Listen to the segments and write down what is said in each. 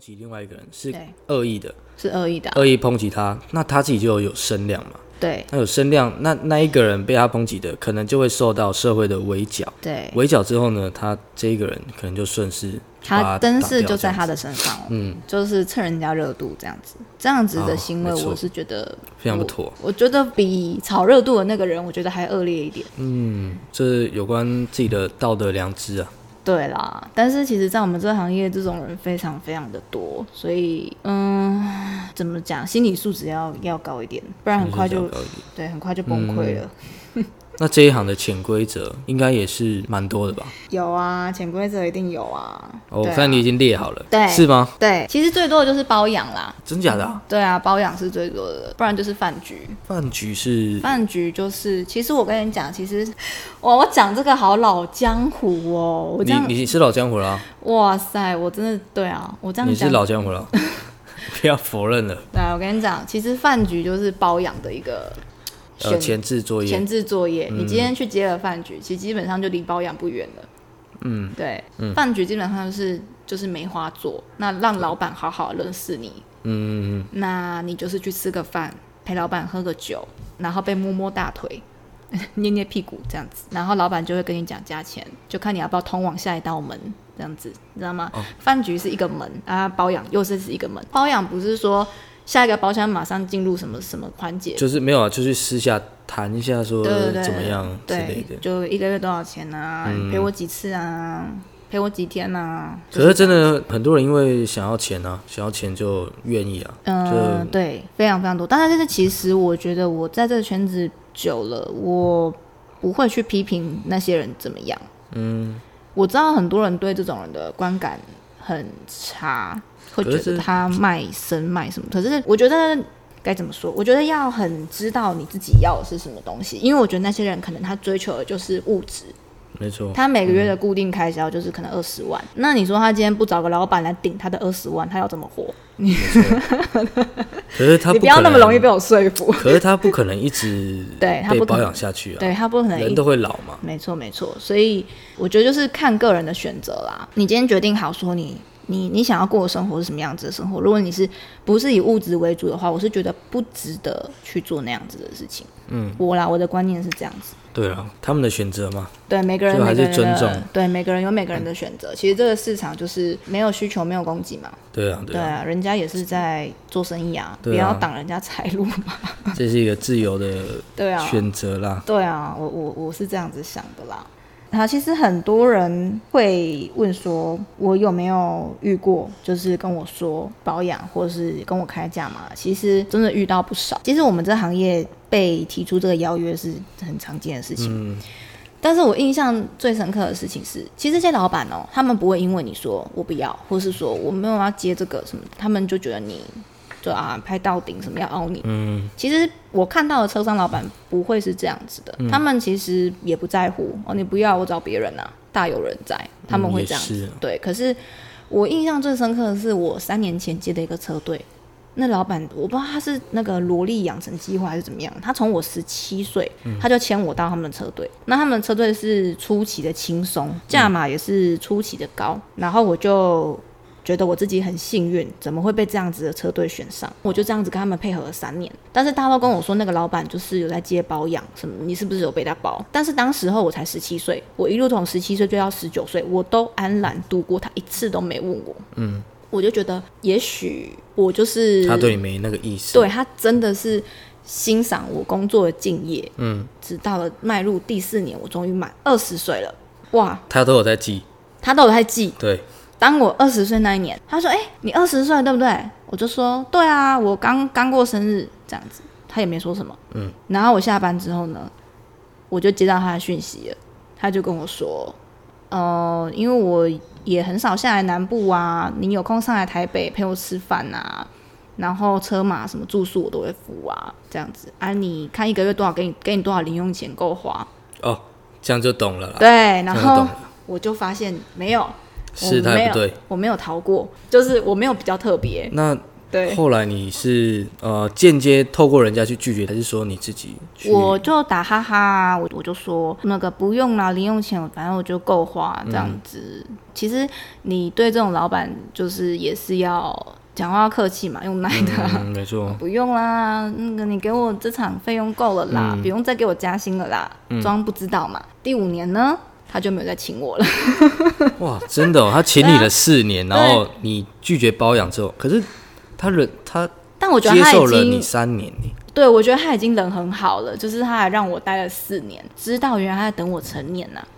击另外一个人是对恶意的，是恶意的啊、恶意抨击他，那他自己就有声量嘛。对那有声量，那那一个人被他抨击的，可能就会受到社会的围剿。对，围剿之后呢，他这一个人可能就顺势把他他真打是掉就这在样他的身上、哦，嗯，就是蹭人家热度这样子，这样子的哦行为，没错我是觉得非常不我妥。我觉得比炒热度的那个人，我觉得还恶劣一点。嗯这是有关自己的道德良知啊。对啦，但是其实，在我们这个行业，这种人非常非常的多，所以，嗯，怎么讲，心理素质要要高一点，不然很快就是就这样搞一点对，很快就崩溃了。那这一行的潜规则应该也是蛮多的吧？有啊，潜规则一定有啊。哦，我对啊看你已经列好了，对是吗？对，其实最多的就是包养啦。真假的、啊？对啊，包养是最多的，不然就是饭局。饭局是饭局就是，其实我跟你讲，其实哇，我讲这个好老江湖哦。我这你样，你是老江湖了啊、哇塞，我真的对啊，我这样你讲是老江湖了 啊、不要否认了。对啊，我跟你讲，其实饭局就是包养的一个呃，选前置作业嗯前，置作业。你今天去接了饭局，其实基本上就离包养不远了。嗯，对，饭、局基本上就是就是梅花座，那让老板好好认识你，嗯嗯嗯，那你就是去吃个饭，陪老板喝个酒，然后被摸摸大腿。 捏捏屁股这样子，然后老板就会跟你讲价钱，就看你要不要通往下一道门这样子，你知道吗？哦饭局是一个门啊，包养又是是一个门。包养不是说下一个包厢马上进入什么什么环节，就是没有啊，就是私下谈一下说对对对，怎么样之类对的，。嗯就一个月多少钱啊？你陪我几次啊？陪我几天啊？可是真的很多人因为想要钱啊，想要钱就愿意啊，嗯，对，非常非常多。但是，但是其实我觉得我在这个圈子久了，我不会去批评那些人怎么样。嗯，我知道很多人对这种人的观感很差，会觉可是得他卖身卖什么。可是我觉得该怎么说？我觉得要很知道你自己要的是什么东西，因为我觉得那些人可能他追求的就是物质，没错。他每个月的固定开销就是可能二十万，那你说他今天不找个老板来顶他的二十万，他要怎么活？可是他你不不要可那么能容易被我说服。 可是他不可能一直 对他被不可保能养下去 啊，对他不可能人一都会老嘛。没错没错，所以我觉得就是看个人的选择啦。你今天决定好说你你你想要过的生活是什么样子的生活，如果你是不是以物质为主的话，我是觉得不值得去做那样子的事情。嗯，我啦，我的观念是这样子。对啊，他们的选择嘛，对每个人，就还每是个人的尊重对每个人有每个人的选择。其实这个市场就是没有需求，没有供给嘛。对啊，对对啊，啊，人家也是在做生意啊，对啊不要挡人家财路嘛。 这是一个自由的对啊，选择啦。对啊，我我我是这样子想的啦。啊，其实很多人会问说，我有没有遇过，就是跟我说保养，或是跟我开价嘛？其实真的遇到不少。其实我们这行业被提出这个邀约是很常见的事情。但是我印象最深刻的事情是，其实这些老板哦，他们不会因为你说我不要，或是说我没有要接这个什么，他们就觉得你就啊拍到顶什么要凹你。嗯，其实我看到的车商老板不会是这样子嗯的，他们其实也不在乎哦，你不要我找别人啊，大有人在，他们嗯会也这样子。是对，可是我印象最深刻的是我三年前接的一个车队。那老板我不知道他是那个萝莉养成计划还是怎么样，他从我十七岁他就牵我到他们的车队，那他们的车队是出奇的轻松，价码也是出奇的高，然后我就觉得我自己很幸运，怎么会被这样子的车队选上？我就这样子跟他们配合了三年，但是大家都跟我说那个老板就是有在接保养什么，你是不是有被他包？但是当时候我才十七岁，我一路从十七岁追到十九岁，我都安然度过，他一次都没问我。嗯，我就觉得也许我就是他对你没那个意思，嗯对他真的是欣赏我工作的敬业。嗯，直到了迈入第四年，我终于满二十岁了，哇，他都有在记。他都有在记。对，当我二十岁那一年，他说：“哎、你二十岁了对不对？”我就说：“对啊，我刚刚过生日。”这样子，他也没说什么。嗯。然后我下班之后呢，我就接到他的讯息了，他就跟我说：“呃，因为我也很少下来南部啊，你有空上来台北陪我吃饭啊，然后车马什么住宿我都会付啊，这样子啊，你看一个月多少给你给你多少零用钱够花？哦，这样就懂了啦。对，然啊这样就后懂了，我就发现没有。”我是他嗯没也有，不对。我没有逃过，就是我没有比较特别。那对，后来你是呃间接透过人家去拒绝，还是说你自己去？我就打哈哈啊，我我就说那个不用啦，零用钱反正我就够花这样子。其实你对这种老板就是也是要讲话要客气嘛，用耐的啊、嗯，没错， 不用啦，那个你给我这场费用够了啦，嗯不用再给我加薪了啦，装不知道嘛。第五年呢，他就没有再请我了。哇，真的、哦，他请你啊了四年，然后你拒绝包养之后，可是他忍他但我觉得接他受已了你经三年，你对我觉得他已经人很好了，就是他还让我待了四年，知道原来他在等我成年呐、啊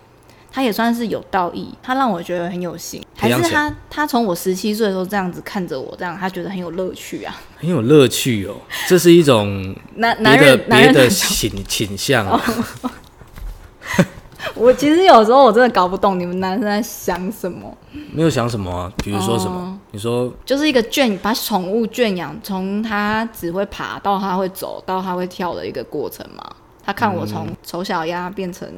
他也算是有道义，他让我觉得很有心，还培养是起来他他从我十七岁的时候这样子看着我，这样他觉得很有乐趣啊。很有乐趣哦，这是一种男男别的人男别人的倾倾向啊， 哦我其实有时候我真的搞不懂你们男生在想什么。没有想什么啊，比如说什哦么，你说 就是一个圈，把宠物圈养，从它只会爬到它会走到它会跳的一个过程嘛。他看嗯我从丑小鸭变成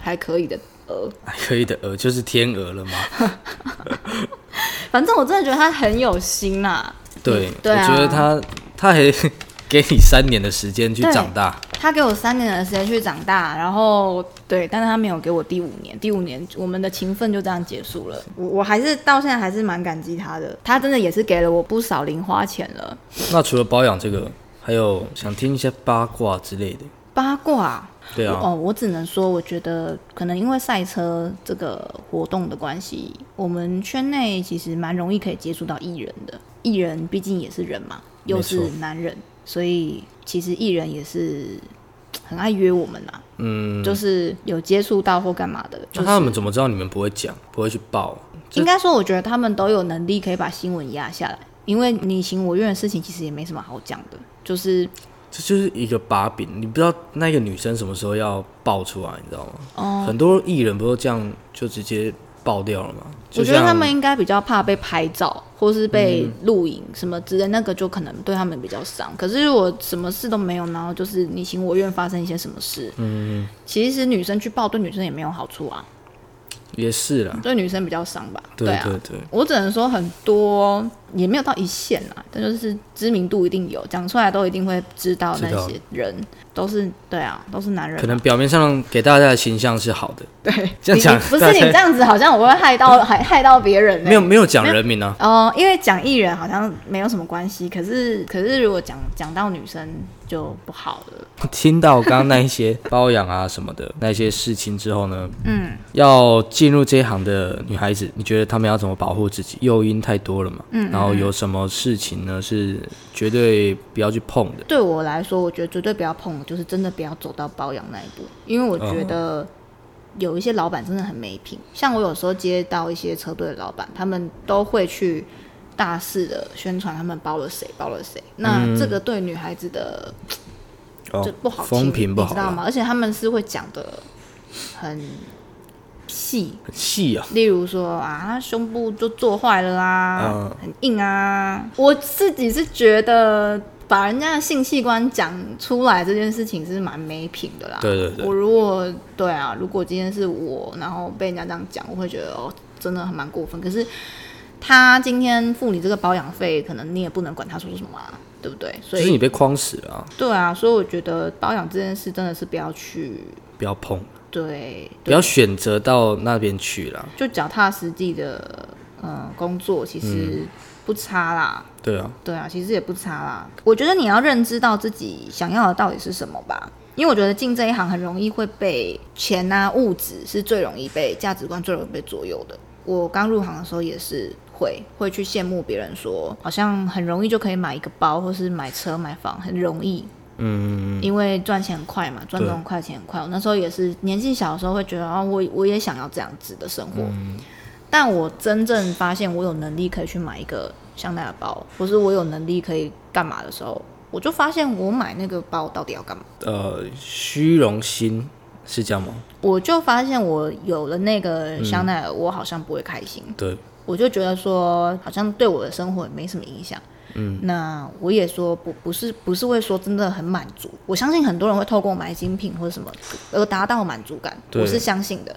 还可以的鹅，还可以的鹅就是天鹅了吗？反正我真的觉得他很有心啦、对，对啊我觉得他他还 给你三年的时间去对长大，他给我三年的时间去长大，然后对，但是他没有给我第五年，第五年我们的情分就这样结束了。我我还是到现在还是蛮感激他的，他真的也是给了我不少零花钱了。那除了包养这个，还有想听一些八卦之类的，八卦，对啊，哦，我只能说，我觉得可能因为赛车这个活动的关系，我们圈内其实蛮容易可以接触到艺人的。艺人毕竟也是人嘛，又是没错男人，所以其实艺人也是很爱约我们啦，嗯，就是有接触到或干嘛的。就那是、他们怎么知道你们不会讲，不会去报？这应该说，我觉得他们都有能力可以把新闻压下来，因为你情我愿的事情其实也没什么好讲的，就是这就是一个把柄，你不知道那个女生什么时候要爆出来，你知道吗？哦很多艺人不都这样就直接爆掉了吗？我就觉得像嗯他们应该比较怕被拍照，或是被录影什么之类，那个就可能对他们比较伤。可是我什么事都没有，然后就是你情我愿发生一些什么事，嗯，其实女生去报对女生也没有好处啊，也是啦，对女生比较伤吧？对啊，对对，我只能说很多也没有到一线啦，但就是知名度一定有，讲出来都一定会知道那知道些人都是对啊，都是男人可。能表面上给大家的形象是好的，对，这样你讲你不是大家你这样子，好像我会害 到害害到别人、欸。没有没有讲人名啊，哦，因为讲艺人好像没有什么关系，可是可是如果讲讲到女生就不好了。听到刚刚那一些包养啊什么的那些事情之后呢，嗯，要进入这一行的女孩子，你觉得她们要怎么保护自己？诱因太多了嘛，嗯，然后有什么事情呢是绝对不要去碰的？对我来说，我觉得绝对不要碰，就是真的不要走到包养那一步，因为我觉嗯得有一些老板真的很没品。像我有时候接到一些车队的老板，他们都会去大肆的宣传他们包了谁，包了谁。那这个对女孩子的嗯哦就不好听，风评不你好啊知道啦，吗？而且他们是会讲的很细，很细啊，例如说啊，胸部就做坏了啊，嗯很硬啊。我自己是觉得把人家的性器官讲出来这件事情是蛮没品的啦。对对对我如果对啊，如果今天是我，然后被人家这样讲，我会觉得哦，真的还蛮过分。可是他今天付你这个保养费，可能你也不能管他说什么啊，对不对？所就是以你被框死了、啊，对啊，所以我觉得保养这件事真的是不要去不要碰，对不要选择到那边去啦。就脚踏实地的呃工作，其实不差啦。对啊，对啊，其实也不差啦。我觉得你要认知到自己想要的到底是什么吧，因为我觉得进这一行很容易会被钱啊、物质是最容易被价值观最容易被左右的。我刚入行的时候也是会会去羡慕别人说，好像很容易就可以买一个包，或是买车、买房，很容易。嗯，因为赚钱很快嘛，赚这种快钱很快。我那时候也是年纪小的时候会觉得啊，我我也想要这样子的生活，但我真正发现我有能力可以去买一个香奈儿包，或是我有能力可以干嘛的时候，我就发现我买那个包到底要干嘛。呃，虚荣心是这样吗？我就发现我有了那个香奈儿，我好像不会开心，对，我就觉得说好像对我的生活也没什么影响。嗯，那我也说不不是不是会说真的很满足，我相信很多人会透过买精品或者什么而达到满足感，对我是相信的。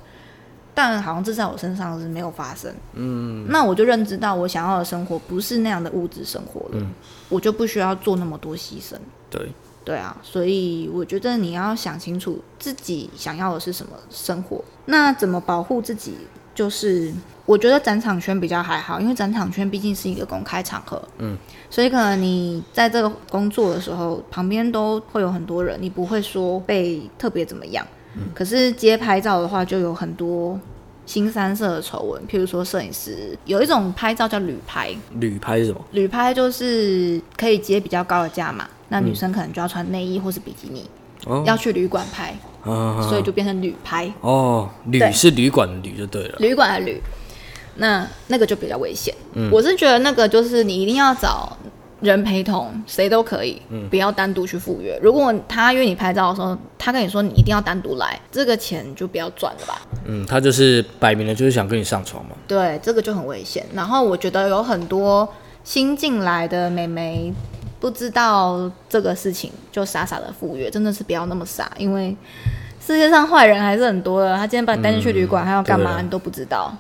但好像至少我身上是没有发生。嗯，那我就认知到我想要的生活不是那样的物质生活了，我就不需要做那么多牺牲。对，对啊，所以我觉得你要想清楚自己想要的是什么生活，那怎么保护自己？就是我觉得展场圈比较还好，因为展场圈毕竟是一个公开场合，嗯，所以可能你在这个工作的时候，旁边都会有很多人，你不会说被特别怎么样。可是街拍照的话，就有很多新三色的丑闻，譬如说摄影师有一种拍照叫旅拍，旅拍是什么？旅拍就是可以接比较高的价嘛，那女生可能就要穿内衣或是比基尼，嗯哦要去旅馆拍，啊，所以就变成旅拍，哦，旅对是旅馆的旅就对了。旅馆的旅。那那个就比较危险，嗯我是觉得那个就是你一定要找人陪同，谁都可以，嗯不要单独去赴约。如果他约你拍照的时候，他跟你说你一定要单独来，这个钱就不要赚了吧。嗯，他就是摆明了就是想跟你上床嘛。对，这个就很危险。然后我觉得有很多新进来的美眉不知道这个事情，就傻傻的赴约，真的是不要那么傻，因为世界上坏人还是很多的。他今天把你带进去旅馆，他要干对嘛嗯啊你都不知道。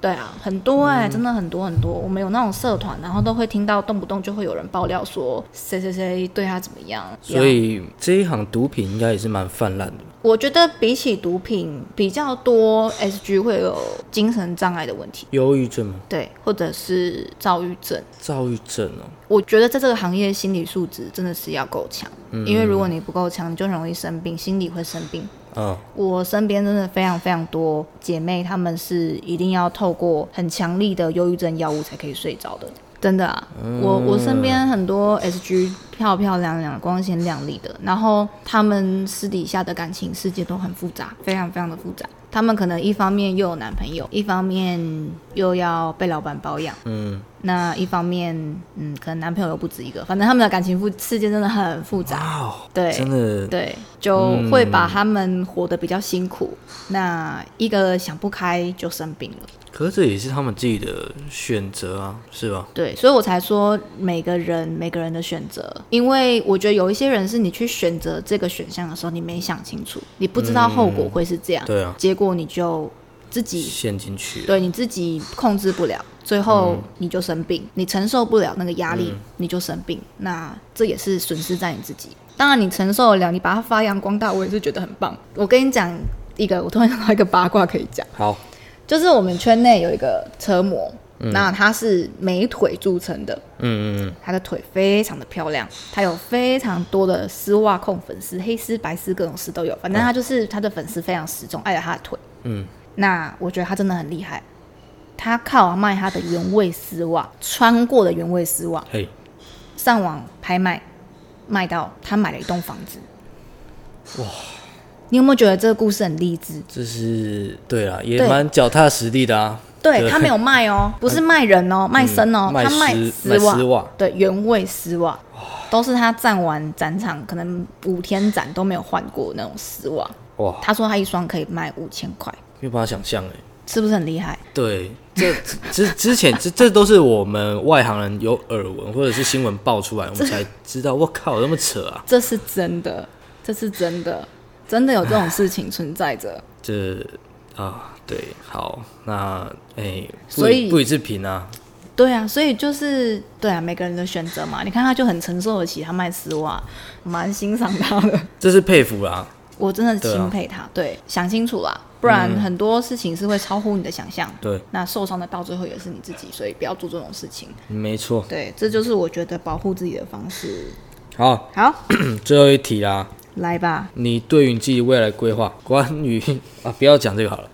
对啊，很多哎、真的很多很多。我们有那种社团，然后都会听到动不动就会有人爆料说谁谁谁对他怎么样。不要所以这一行毒品应该也是蛮泛滥的。我觉得比起毒品比较多，SG 会有精神障碍的问题，忧郁症吗？对，或者是躁郁症。躁郁症哦。我觉得在这个行业，心理素质真的是要够强，因为如果你不够强，你就容易生病，心理会生病。嗯，我身边真的非常非常多姐妹，她们是一定要透过很强力的忧郁症药物才可以睡着的，真的啊！我我身边很多 SG 漂漂亮亮、光鲜亮丽的，然后她们私底下的感情世界都很复杂，非常非常的复杂。她们可能一方面又有男朋友，一方面又要被老板包养，嗯，那一方面，嗯，可能男朋友又不止一个，反正他们的感情复世界真的很复杂。哇哦，对，真的嗯对，就会把他们活得比较辛苦。那一个想不开就生病了，可是这也是他们自己的选择啊，是吧？对，所以我才说每个人每个人的选择，因为我觉得有一些人是你去选择这个选项的时候，你没想清楚，你不知道后果会是这样，嗯对啊，结果你就自己陷进去啊了。对你自己控制不了。最后你就生病，你承受不了那个压力，你就生病。那这也是损失在你自己。当然，你承受得了，你把它发扬光大，我也是觉得很棒。我跟你讲一个，我突然想到一个八卦可以讲，好，就是我们圈内有一个车模，那她是美腿著称的，嗯嗯嗯，她的腿非常的漂亮，她有非常多的丝袜控粉丝，黑丝、白丝各种丝都有，反正她就是她的粉丝非常失重，爱了她的腿。嗯，那我觉得她真的很厉害，她靠卖她的原味丝袜，穿过的原味丝袜，嘿，上网拍卖，卖到她买了一栋房子。哇！你有没有觉得这个故事很励志？这是对啦，也对蛮脚踏实地的啊。对他没有卖 哦，不是卖人哦，卖身哦，嗯卖他卖丝丝袜，卖丝袜对，原味丝袜，都是他站完展场可能五天展都没有换过那种丝袜。哇，他说他一双可以卖五千块，没有办法想象哎。是不是很厉害？对，这之之前这这都是我们外行人有耳闻或者是新闻爆出来，我们才知道。我靠，那么扯啊！这是真的，这是真的，真的有这种事情存在 着。这啊，对，好，那哎、不所以不予置评啊。对啊，所以就是对啊，每个人的选择嘛。你看他就很承受得起，他卖丝袜，蛮欣赏他 的。这是佩服啦，我真的对啊嗯钦佩他，对，想清楚啦，不然很多事情是会超乎你的想象。对，那受伤的到最后也是你自己，所以不要做这种事情。没错。对，这就是我觉得保护自己的方式。好，嗯好，最后一题啦，来吧，你对于你自己未来规划，关于啊，不要讲这个好了，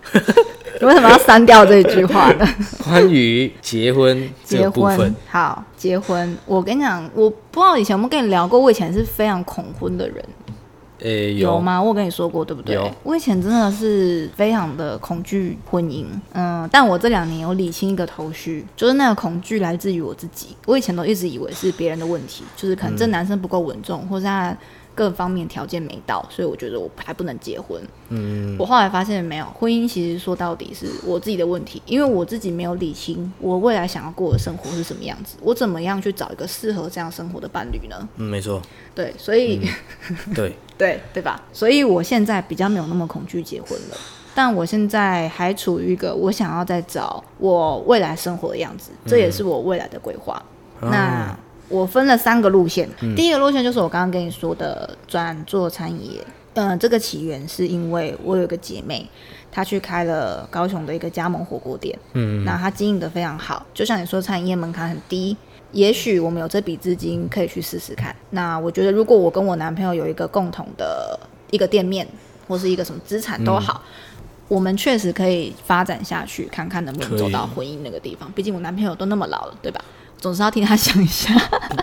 为什么要删掉这一句话呢？关于结婚 这结个部婚分，好，结婚。我跟你讲，我不知道以前有没有跟你聊过，我以前是非常恐婚的人，诶、有？吗？我有跟你说过，对不对有？我以前真的是非常的恐惧婚姻，嗯，但我这两年有理清一个头绪，就是那个恐惧来自于我自己。我以前都一直以为是别人的问题，就是可能这男生不够稳重，或是他各方面条件没到，所以我觉得我还不能结婚。我后来发现没有，婚姻其实说到底是我自己的问题，因为我自己没有理清我未来想要过的生活是什么样子，我怎么样去找一个适合这样生活的伴侣呢？嗯，没错，对，所以。对，对对吧？所以我现在比较没有那么恐惧结婚了。但我现在还处于一个我想要再找我未来生活的样子，这也是我未来的规划。那我分了三个路线，第一个路线就是我刚刚跟你说的转做餐饮业。嗯、这个起源是因为我有一个姐妹，她去开了高雄的一个加盟火锅店，嗯，那她经营的非常好，就像你说，餐饮业门槛很低。也许我们有这笔资金可以去试试看。那我觉得，如果我跟我男朋友有一个共同的一个店面或是一个什么资产都好，嗯我们确实可以发展下去，看看能不能可以走到婚姻那个地方。毕竟我男朋友都那么老了，对吧？总是要替他想一 下。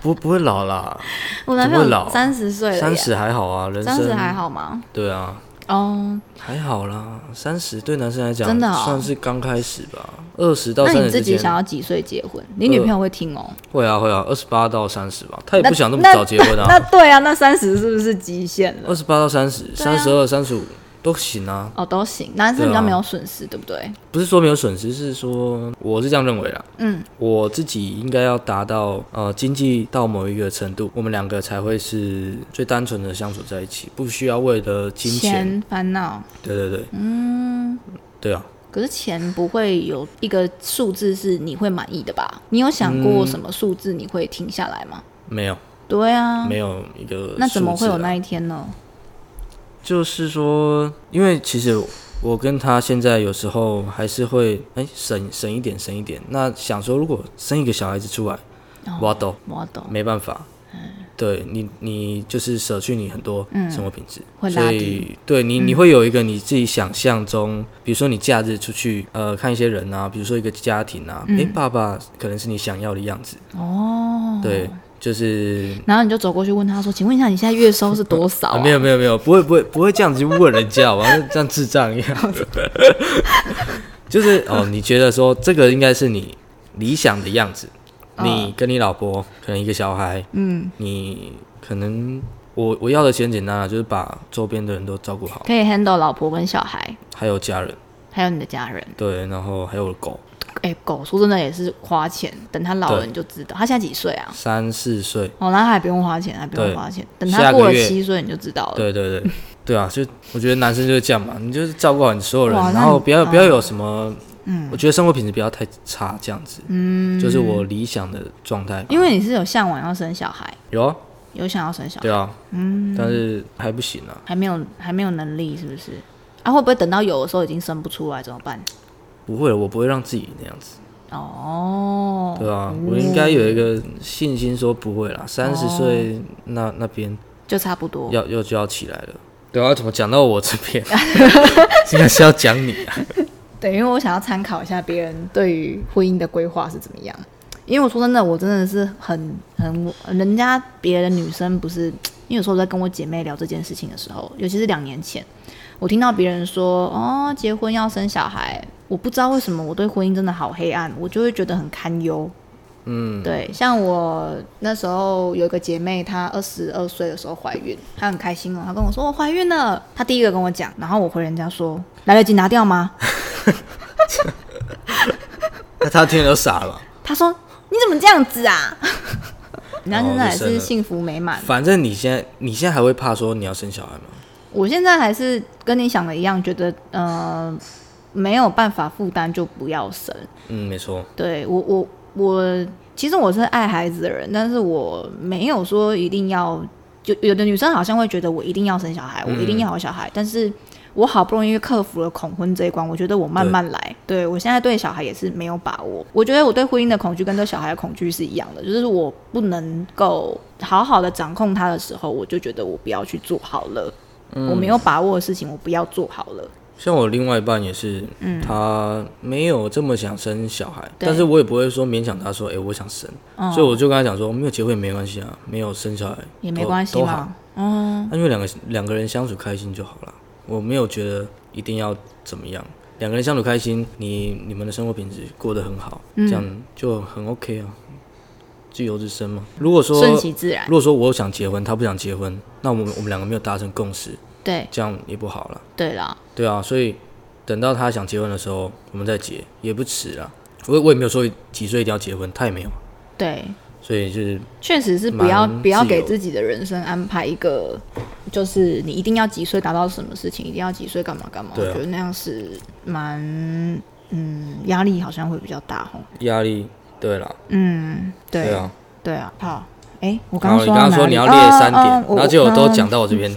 不不会老啦，我男怎么朋友会老啊三十岁了耶，三十还好啊，人三十生还好吗？对啊，哦，还好啦，三十对男生来讲真的哦算是刚开始吧，二十到那三你十自之己想间要几岁结婚？你女朋友会听哦。会啊会啊，二十八到三十吧，他也那不想那么那早结婚那啊，对啊，那三十是不是极限了？二十八到三啊十、三十二、三十五都行啊，哦，都行，男生比较对啊没有损失，对不对？不是说没有损失，是说我是这样认为啦。嗯，我自己应该要达到呃经济到某一个程度，我们两个才会是最单纯的相处在一起，不需要为了金钱。钱烦恼，对对对，嗯，对啊，可是钱不会有一个数字是你会满意的吧？你有想过什么数字你会停下来吗？没有对啊，嗯没有一个、啊那怎么会有那？一天呢？就是说，因为其实我跟他现在有时候还是会哎省省一点省一点，那想说如果生一个小孩子出来，哦我要抖我懂，没办法。对你，你就是舍去你很多生活品质，嗯会拉所低嗯以对你，你会有一个你自己想象中，比如说你假日出去呃看一些人啊，比如说一个家庭啊，嗯诶，爸爸可能是你想要的样子，哦，对，就是、然后你就走过去问他说：“请问一下，你现在月收是多少、啊？”啊没有没有没有，不会不会不会这样子去问人家，好吧，像智障一样， 就是哦，你觉得说这个应该是你理想的样子，你跟你老婆可能一个小孩，嗯，你可能我我要的其实很简单啊，就是把周边的人都照顾好，可以 handle 老婆跟小孩，还有家人，还有你的家人。对，然后还有狗，哎、狗说真的也是花钱，等他老了对你就知道。他现在几岁啊？三四岁，哦，那他还不用花钱，还不用对花钱，等下他个过了月七岁你就知道了。对对对，对啊，就我觉得男生就是这样嘛，你就是照顾好你所有人哇，那然后你不要不要有什么，嗯，我觉得生活品质不要太差，这样子，嗯，就是我理想的状态，因为你是有向往要生小孩，有啊，有想要生小孩，对啊，嗯，但是还不行啊，还没有还没有能力，是不是？啊，会不会等到有的时候已经生不出来怎么办？不会，我不会让自己那样子，哦，对啊，我应该有一个信心说不会啦，三十哦岁那那边。就差不多。要又就要起来了。对啊，怎么讲到我这 边？应该是要讲你啊。对，因为我想要参考一下别人对于婚姻的规划是怎么样。因为我说真的，我真的是很很，人家别的女生不是，因为有时候我在跟我姐妹聊这件事情的时候，尤其是两年前，我听到别人说哦，结婚要生小孩，我不知道为什么我对婚姻真的好黑暗，我就会觉得很堪忧。嗯，对，像我那时候有一个姐妹，她二十二岁的时候怀孕，她很开心哦，她跟我说我怀孕了，她第一个跟我讲，然后我回人家说来得及拿掉吗？那他听了都傻了。他说：“你怎么这样子啊？” 人家现在还哦是是幸福美满。反正你现在，你现在还会怕说你要生小孩吗？我现在还是跟你想的一样，觉得呃没有办法负担就不要生。嗯，没错。对我我我，其实我是爱孩子的人，但是我没有说一定要。有有的女生好像会觉得我一定要生小孩，我嗯一定要有小孩，但是我好不容易克服了恐婚这一关，我觉得我慢慢来。对我现在对小孩也是没有把握，我觉得我对婚姻的恐惧跟对小孩的恐惧是一样的，就是我不能够好好的掌控他的时候，我就觉得我不要去做好了，嗯我没有把握的事情我不要做好了。像我另外一半也是，他没有这么想生小孩，嗯对哦但是我也不会说勉强他说，哎、我想生，所以我就跟他讲说，哦没有结婚也没关系啊，没有生小孩也没都关系都好嘛，嗯，那因为两个两个人相处开心就好了，我没有觉得一定要怎么样。两个人相处开心，你你们的生活品质过得很好，嗯这样就很 OK 啊，自由之身嘛。如果说顺其自然如，果说我想结婚，他不想结婚，那我们我们两个没有达成共识，对这样也不好了。对啦，对啊，所以等到他想结婚的时候，我们再结也不迟啦。我我也没有说几岁一定要结婚，他也没有，对，所以就是确实是不要蛮不要自由给自己的人生安排一个，就是你一定要几岁达到什么事情，一定要几岁干嘛干嘛。对啊我觉得那样是蛮嗯压力好像会比较大哦。压力，对啦，嗯，对对啊。对啊。好，哎，我刚然刚后你说刚刚说到你要哪列里三点，哦哦我然后结果都嗯讲到我这边，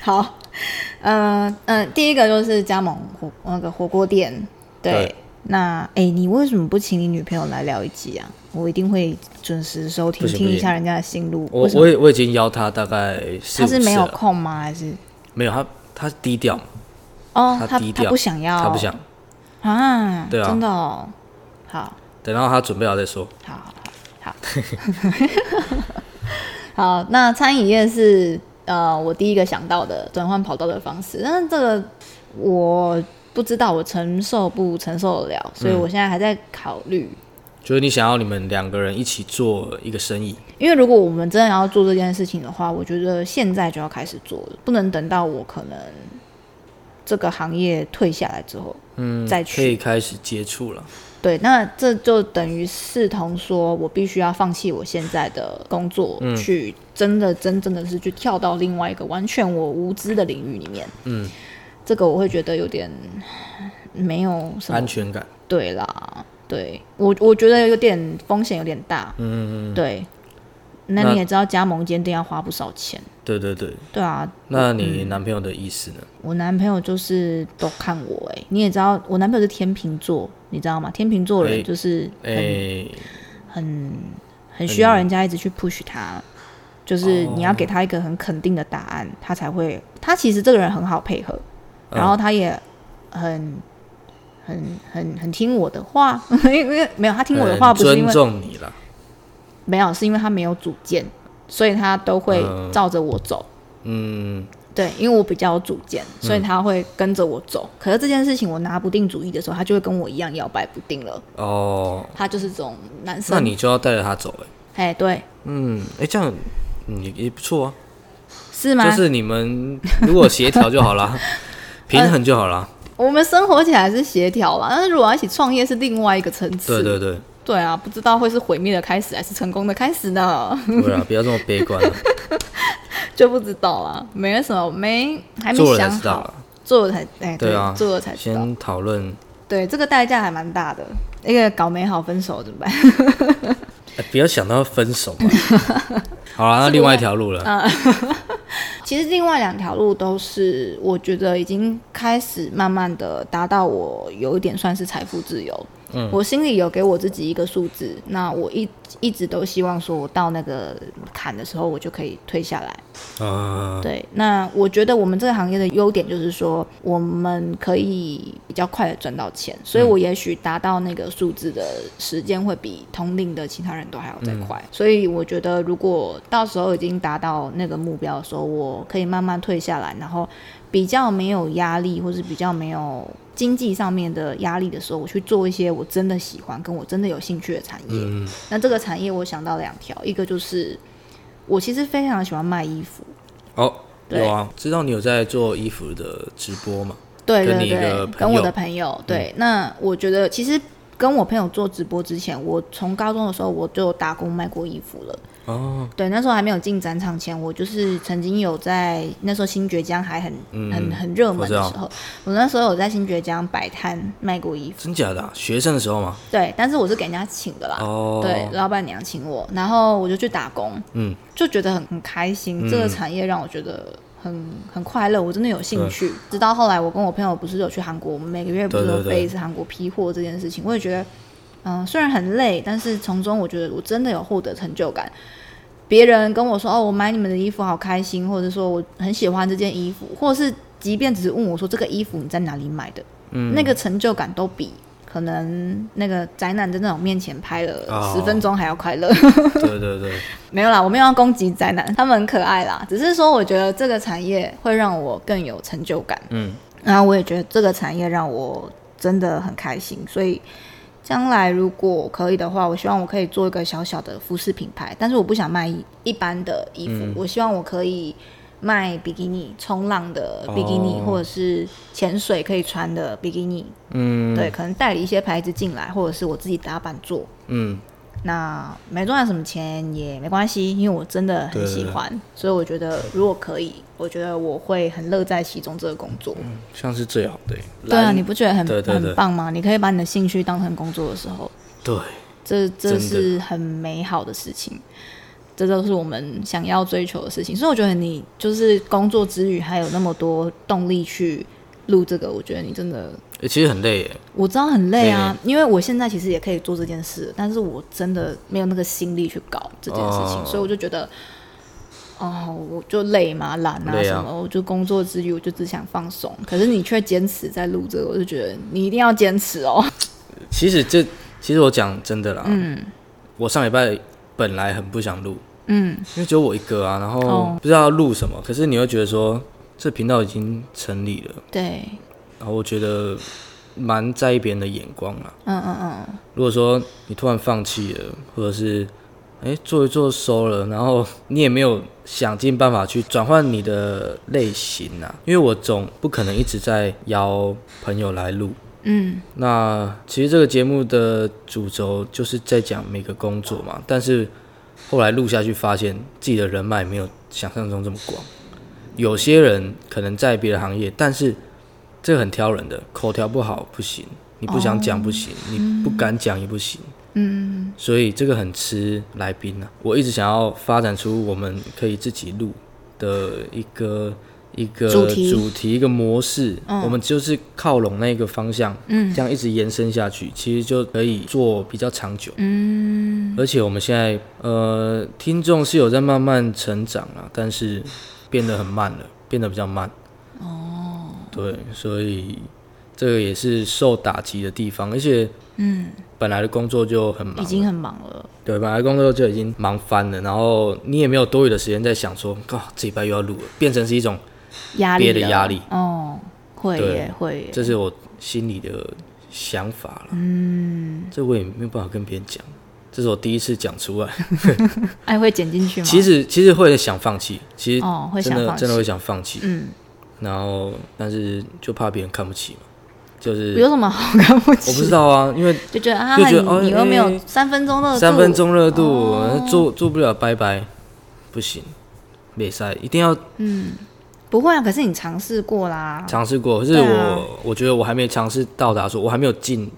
好， 呃呃，第一个就是加盟火那个火锅店，对。对那哎、诶你为什么不请你女朋友来聊一集啊？我一定会准时收听，不行听不一行下人家的心路。我为什么我也我已经邀他大概四他五是次没有了，空吗？还是没有他他低调，哦，他他低调不想要，他不想，啊，对啊真的哦，好，等到他准备好再说。好，好， 好， 好，好。那餐饮业是呃，我第一个想到的转换跑道的方式，但是这个我不知道我承受不承受得了，所以我现在还在考虑。就是你想要你们两个人一起做一个生意，因为如果我们真的要做这件事情的话，我觉得现在就要开始做了，不能等到我可能这个行业退下来之后，嗯，再可去以开始接触了。对，那这就等于视同说我必须要放弃我现在的工作，去真的真正的是去跳到另外一个完全我无知的领域里面。嗯，这个我会觉得有点没有什么安全感，对啦，对我我觉得有点风险有点大。嗯嗯对。那那你也知道，加盟一间店要花不少钱。对对对。对啊，那你男朋友的意思呢？我男朋友就是都看我哎、你也知道，我男朋友是天秤座，你知道吗？天秤座哎人就是很诶、很需要人家一直去 push 他，就是哦你要给他一个很肯定的答案，他才会。他其实这个人很好配合，嗯然后他也很、很、很、很听我的话， 因为没有他听我的话，很不是因尊为重你啦。没有，是因为他没有主见，所以他都会嗯照着我走。嗯，对，因为我比较有主见，所以他会跟着我走。可是这件事情我拿不定主意的时候，他就会跟我一样摇摆不定了。哦，他就是这种男那生，你就要带着他走、欸，哎，对，嗯，哎、这样嗯也也不错啊。是吗？就是你们如果协调就 好啦，平衡就好啦。我们生活起来是协调啦，但是如果要一起创业是另外一个层次。对对对，对啊，不知道会是毁灭的开始还是成功的开始呢， 对啊，不要这么悲观了，就不知道啦。没什么，没 还没做了才想知道好，啦。做了才哎，对啊做了才知道。先讨论，对，这个代价还蛮大的，一个搞没好分手怎么办？哎不要想到分手 嘛。好啦，那另外一条路了，嗯其实另外两条路都是我觉得已经开始慢慢的达到我有一点算是财富自由。嗯，我心里有给我自己一个数字，那我一一直都希望说，我到那个坎的时候，我就可以退下来。啊，对，那我觉得我们这个行业的优点就是说，我们可以比较快的赚到钱，所以我也许达到那个数字的时间会比同龄的其他人都还要再快。所以我觉得，如果到时候已经达到那个目标的时候，我可以慢慢退下来，然后比较没有压力，或是比较没有。经济上面的压力的时候，我去做一些我真的喜欢跟我真的有兴趣的产业。嗯，那这个产业，我想到两条，一个就是我其实非常喜欢卖衣服，哦，对有啊，知道你有在做衣服的直播嘛？对跟对你一个对，朋跟我友嗯的朋友，对，那我觉得其实跟我朋友做直播之前，我从高中的时候我就打工卖过衣服了。哦，对，那时候还没有进展场前，我就是曾经有在那时候新觉江还很、很很热门的嗯我知道时候，我那时候有在新觉江摆摊卖过衣服。真假的啊、学生的时候嘛？对，但是我是给人家请的啦。哦，对，老板娘请我，然后我就去打工，嗯，就觉得很很开心，这个产业让我觉得很很快乐，我真的有兴趣。直到后来，我跟我朋友不是有去韩国，我们每个月不是对有对对飞一次韩国批货这件事情，我也觉得，嗯、虽然很累，但是从中我觉得我真的有获得成就感。别人跟我说哦，我买你们的衣服好开心，或者说我很喜欢这件衣服，或者是即便只是问我说这个衣服你在哪里买的，那个成就感都比可能那个宅男在那种面前拍了哦十分钟还要快乐。对对对，没有啦，我没有要攻击宅男，他们很可爱啦，只是说我觉得这个产业会让我更有成就感，嗯，然后我也觉得这个产业让我真的很开心，所以。将来如果可以的话，我希望我可以做一个小小的服饰品牌，但是我不想卖一般的衣服，嗯我希望我可以卖比基尼、冲浪的比基尼，哦或者是潜水可以穿的比基尼，嗯对，可能代理一些牌子进来，或者是我自己打版做，嗯，那没赚什么钱也没关系，因为我真的很喜欢，所以我觉得如果可以，我觉得我会很乐在其中这个工作。像是最好的。对啊，你不觉得很嗯对对对很棒吗？你可以把你的兴趣当成工作的时候，对，这这真的是很美好的事情，这都是我们想要追求的事情。所以我觉得你就是工作之余还有那么多动力去录这个，我觉得你真的，欸其实很累耶，我知道很累啊，因为我现在其实也可以做这件事，但是我真的没有那个心力去搞这件事情，哦所以我就觉得。哦，我就累嘛，懒啊累什啊么，我就工作之余我就只想放松，可是你却坚持在录这个，我就觉得你一定要坚持 哦。其实这其实我讲真的啦，我上礼拜本来很不想录，嗯，因为只有我一个啊，然后哦不知道要录什么，可是你会觉得说这频道已经成立了，对，然后我觉得蛮在意别人的眼光啦。嗯嗯嗯，如果说你突然放弃了，或者是哎、诶做一做收了，然后你也没有想尽办法去转换你的类型啊，因为我总不可能一直在邀朋友来录。嗯，那其实这个节目的主轴就是在讲每个工作嘛，但是后来录下去发现自己的人脉没有想象中这么广。有些人可能在别的行业，但是这个很挑人的，口条不好不行，你不想讲不行，你不敢讲也不行。嗯，所以这个很吃来宾啊。我一直想要发展出我们可以自己录的一个一个主题主题一个模式，我们就是靠拢那个方向，嗯，这样一直延伸下去，其实就可以做比较长久。嗯，而且我们现在呃，听众是有在慢慢成长啊，但是变得很慢了，变得比较慢。哦，对，所以这个也是受打击的地方，而且嗯，本来的工作就很忙已，经很忙了。对，本来工作就已经忙翻了，然后你也没有多余的时间在想说，靠，这礼拜又要录了，变成是一种压力憋了的压力，哦，会对耶会耶，这是我心里的想法了。嗯，这我也没有办法跟别人讲，这是我第一次讲出来。哎会剪进去吗？其实其实会想放弃，其实哦会真想的、放弃，真的会想放弃，嗯，然后但是就怕别人看不起嘛，就是有什么好看不我起？不知道啊，因为就觉得啊，就觉得哦你你又没有哎三分钟热度，三分钟热度、哦做做不了，拜拜，不行，没塞，一定要不会啊，可是你尝试过啦，尝试过。可是对我、啊我觉得我还没尝试到达，说我还没有尽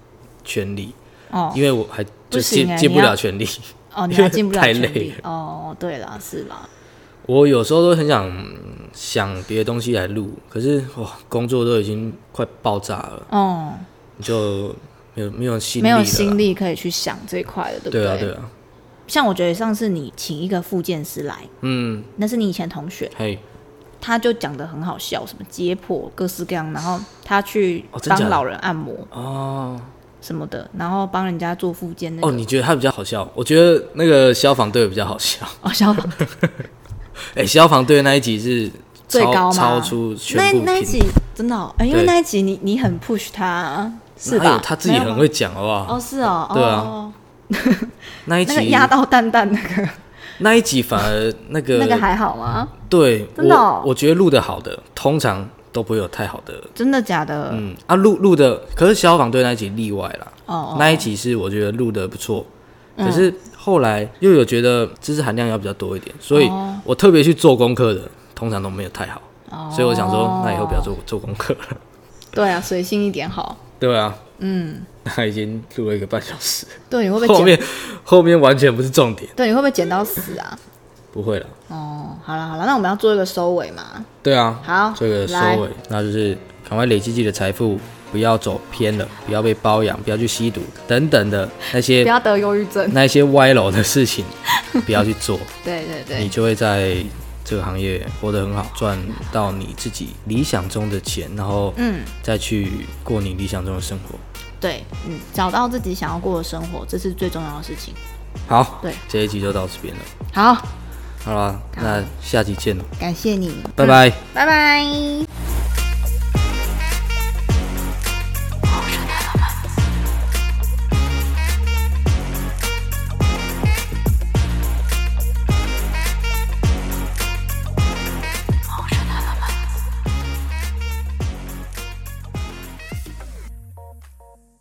全力，哦因为我还不就行尽欸尽你不要了全力。哦，你还进不了太全累力哦，对啦是啦， 我有时候都很想嗯想别的东西来录，可是哇，工作都已经快爆炸了，哦，你就没有没有心力没了有啦。心力可以去想这一块了，对不对啊，对啊，像我觉得上次你请一个复健师来，嗯，那是你以前同学，嘿，他就讲的很好笑，什么解剖各式各样，然后他去哦真假的帮老人按摩，哦什么的，然后帮人家做复健那个哦，你觉得他比较好笑？我觉得那个消防队比较好笑。 哦，消防队哎、消防队那一集是最超高吗超出那全部那一评集真的、哦，哎、因为对那一集你你很 push 他啊，是哪有吧？哎他自己没有很吗会讲，好不好？哦，是哦，对啊哦，那一那个集压到蛋蛋那个那一集反而那个那个还好啊吗？对，真的哦我我觉得录的好的，通常都不会有太好的。真的假的？嗯啊，录录的，可是消防队那一集例外啦。哦嗯哦，那一集是我觉得录的不错，可是后来又有觉得知识含量要比较多一点，所以哦我特别去做功课的，通常都没有太好。哦所以我想说，那以后不要做做功课 了。对啊，随性一点好。对啊，嗯，那已经录了一个半小时，对， 你会不后会剪？面后面完全不是重点，对，你会不会剪到死啊？不会了。哦，好了好了，那我们要做一个收尾嘛。对啊，好这个收来尾，那就是赶快累积自己的财富，不要走偏了，不要被包养，不要去吸毒等等的那些不要得忧郁症。 那一些歪楼的事情，不要去 做，对对你对，就会在这个行业活得很好，赚到你自己理想中的钱，然后嗯，再去过你理想中的生活。对，嗯，找到自己想要过的生活，这是最重要的事情。好，对这一集就到这边了。好，好啦，那下集见了，感谢你，拜拜。拜拜。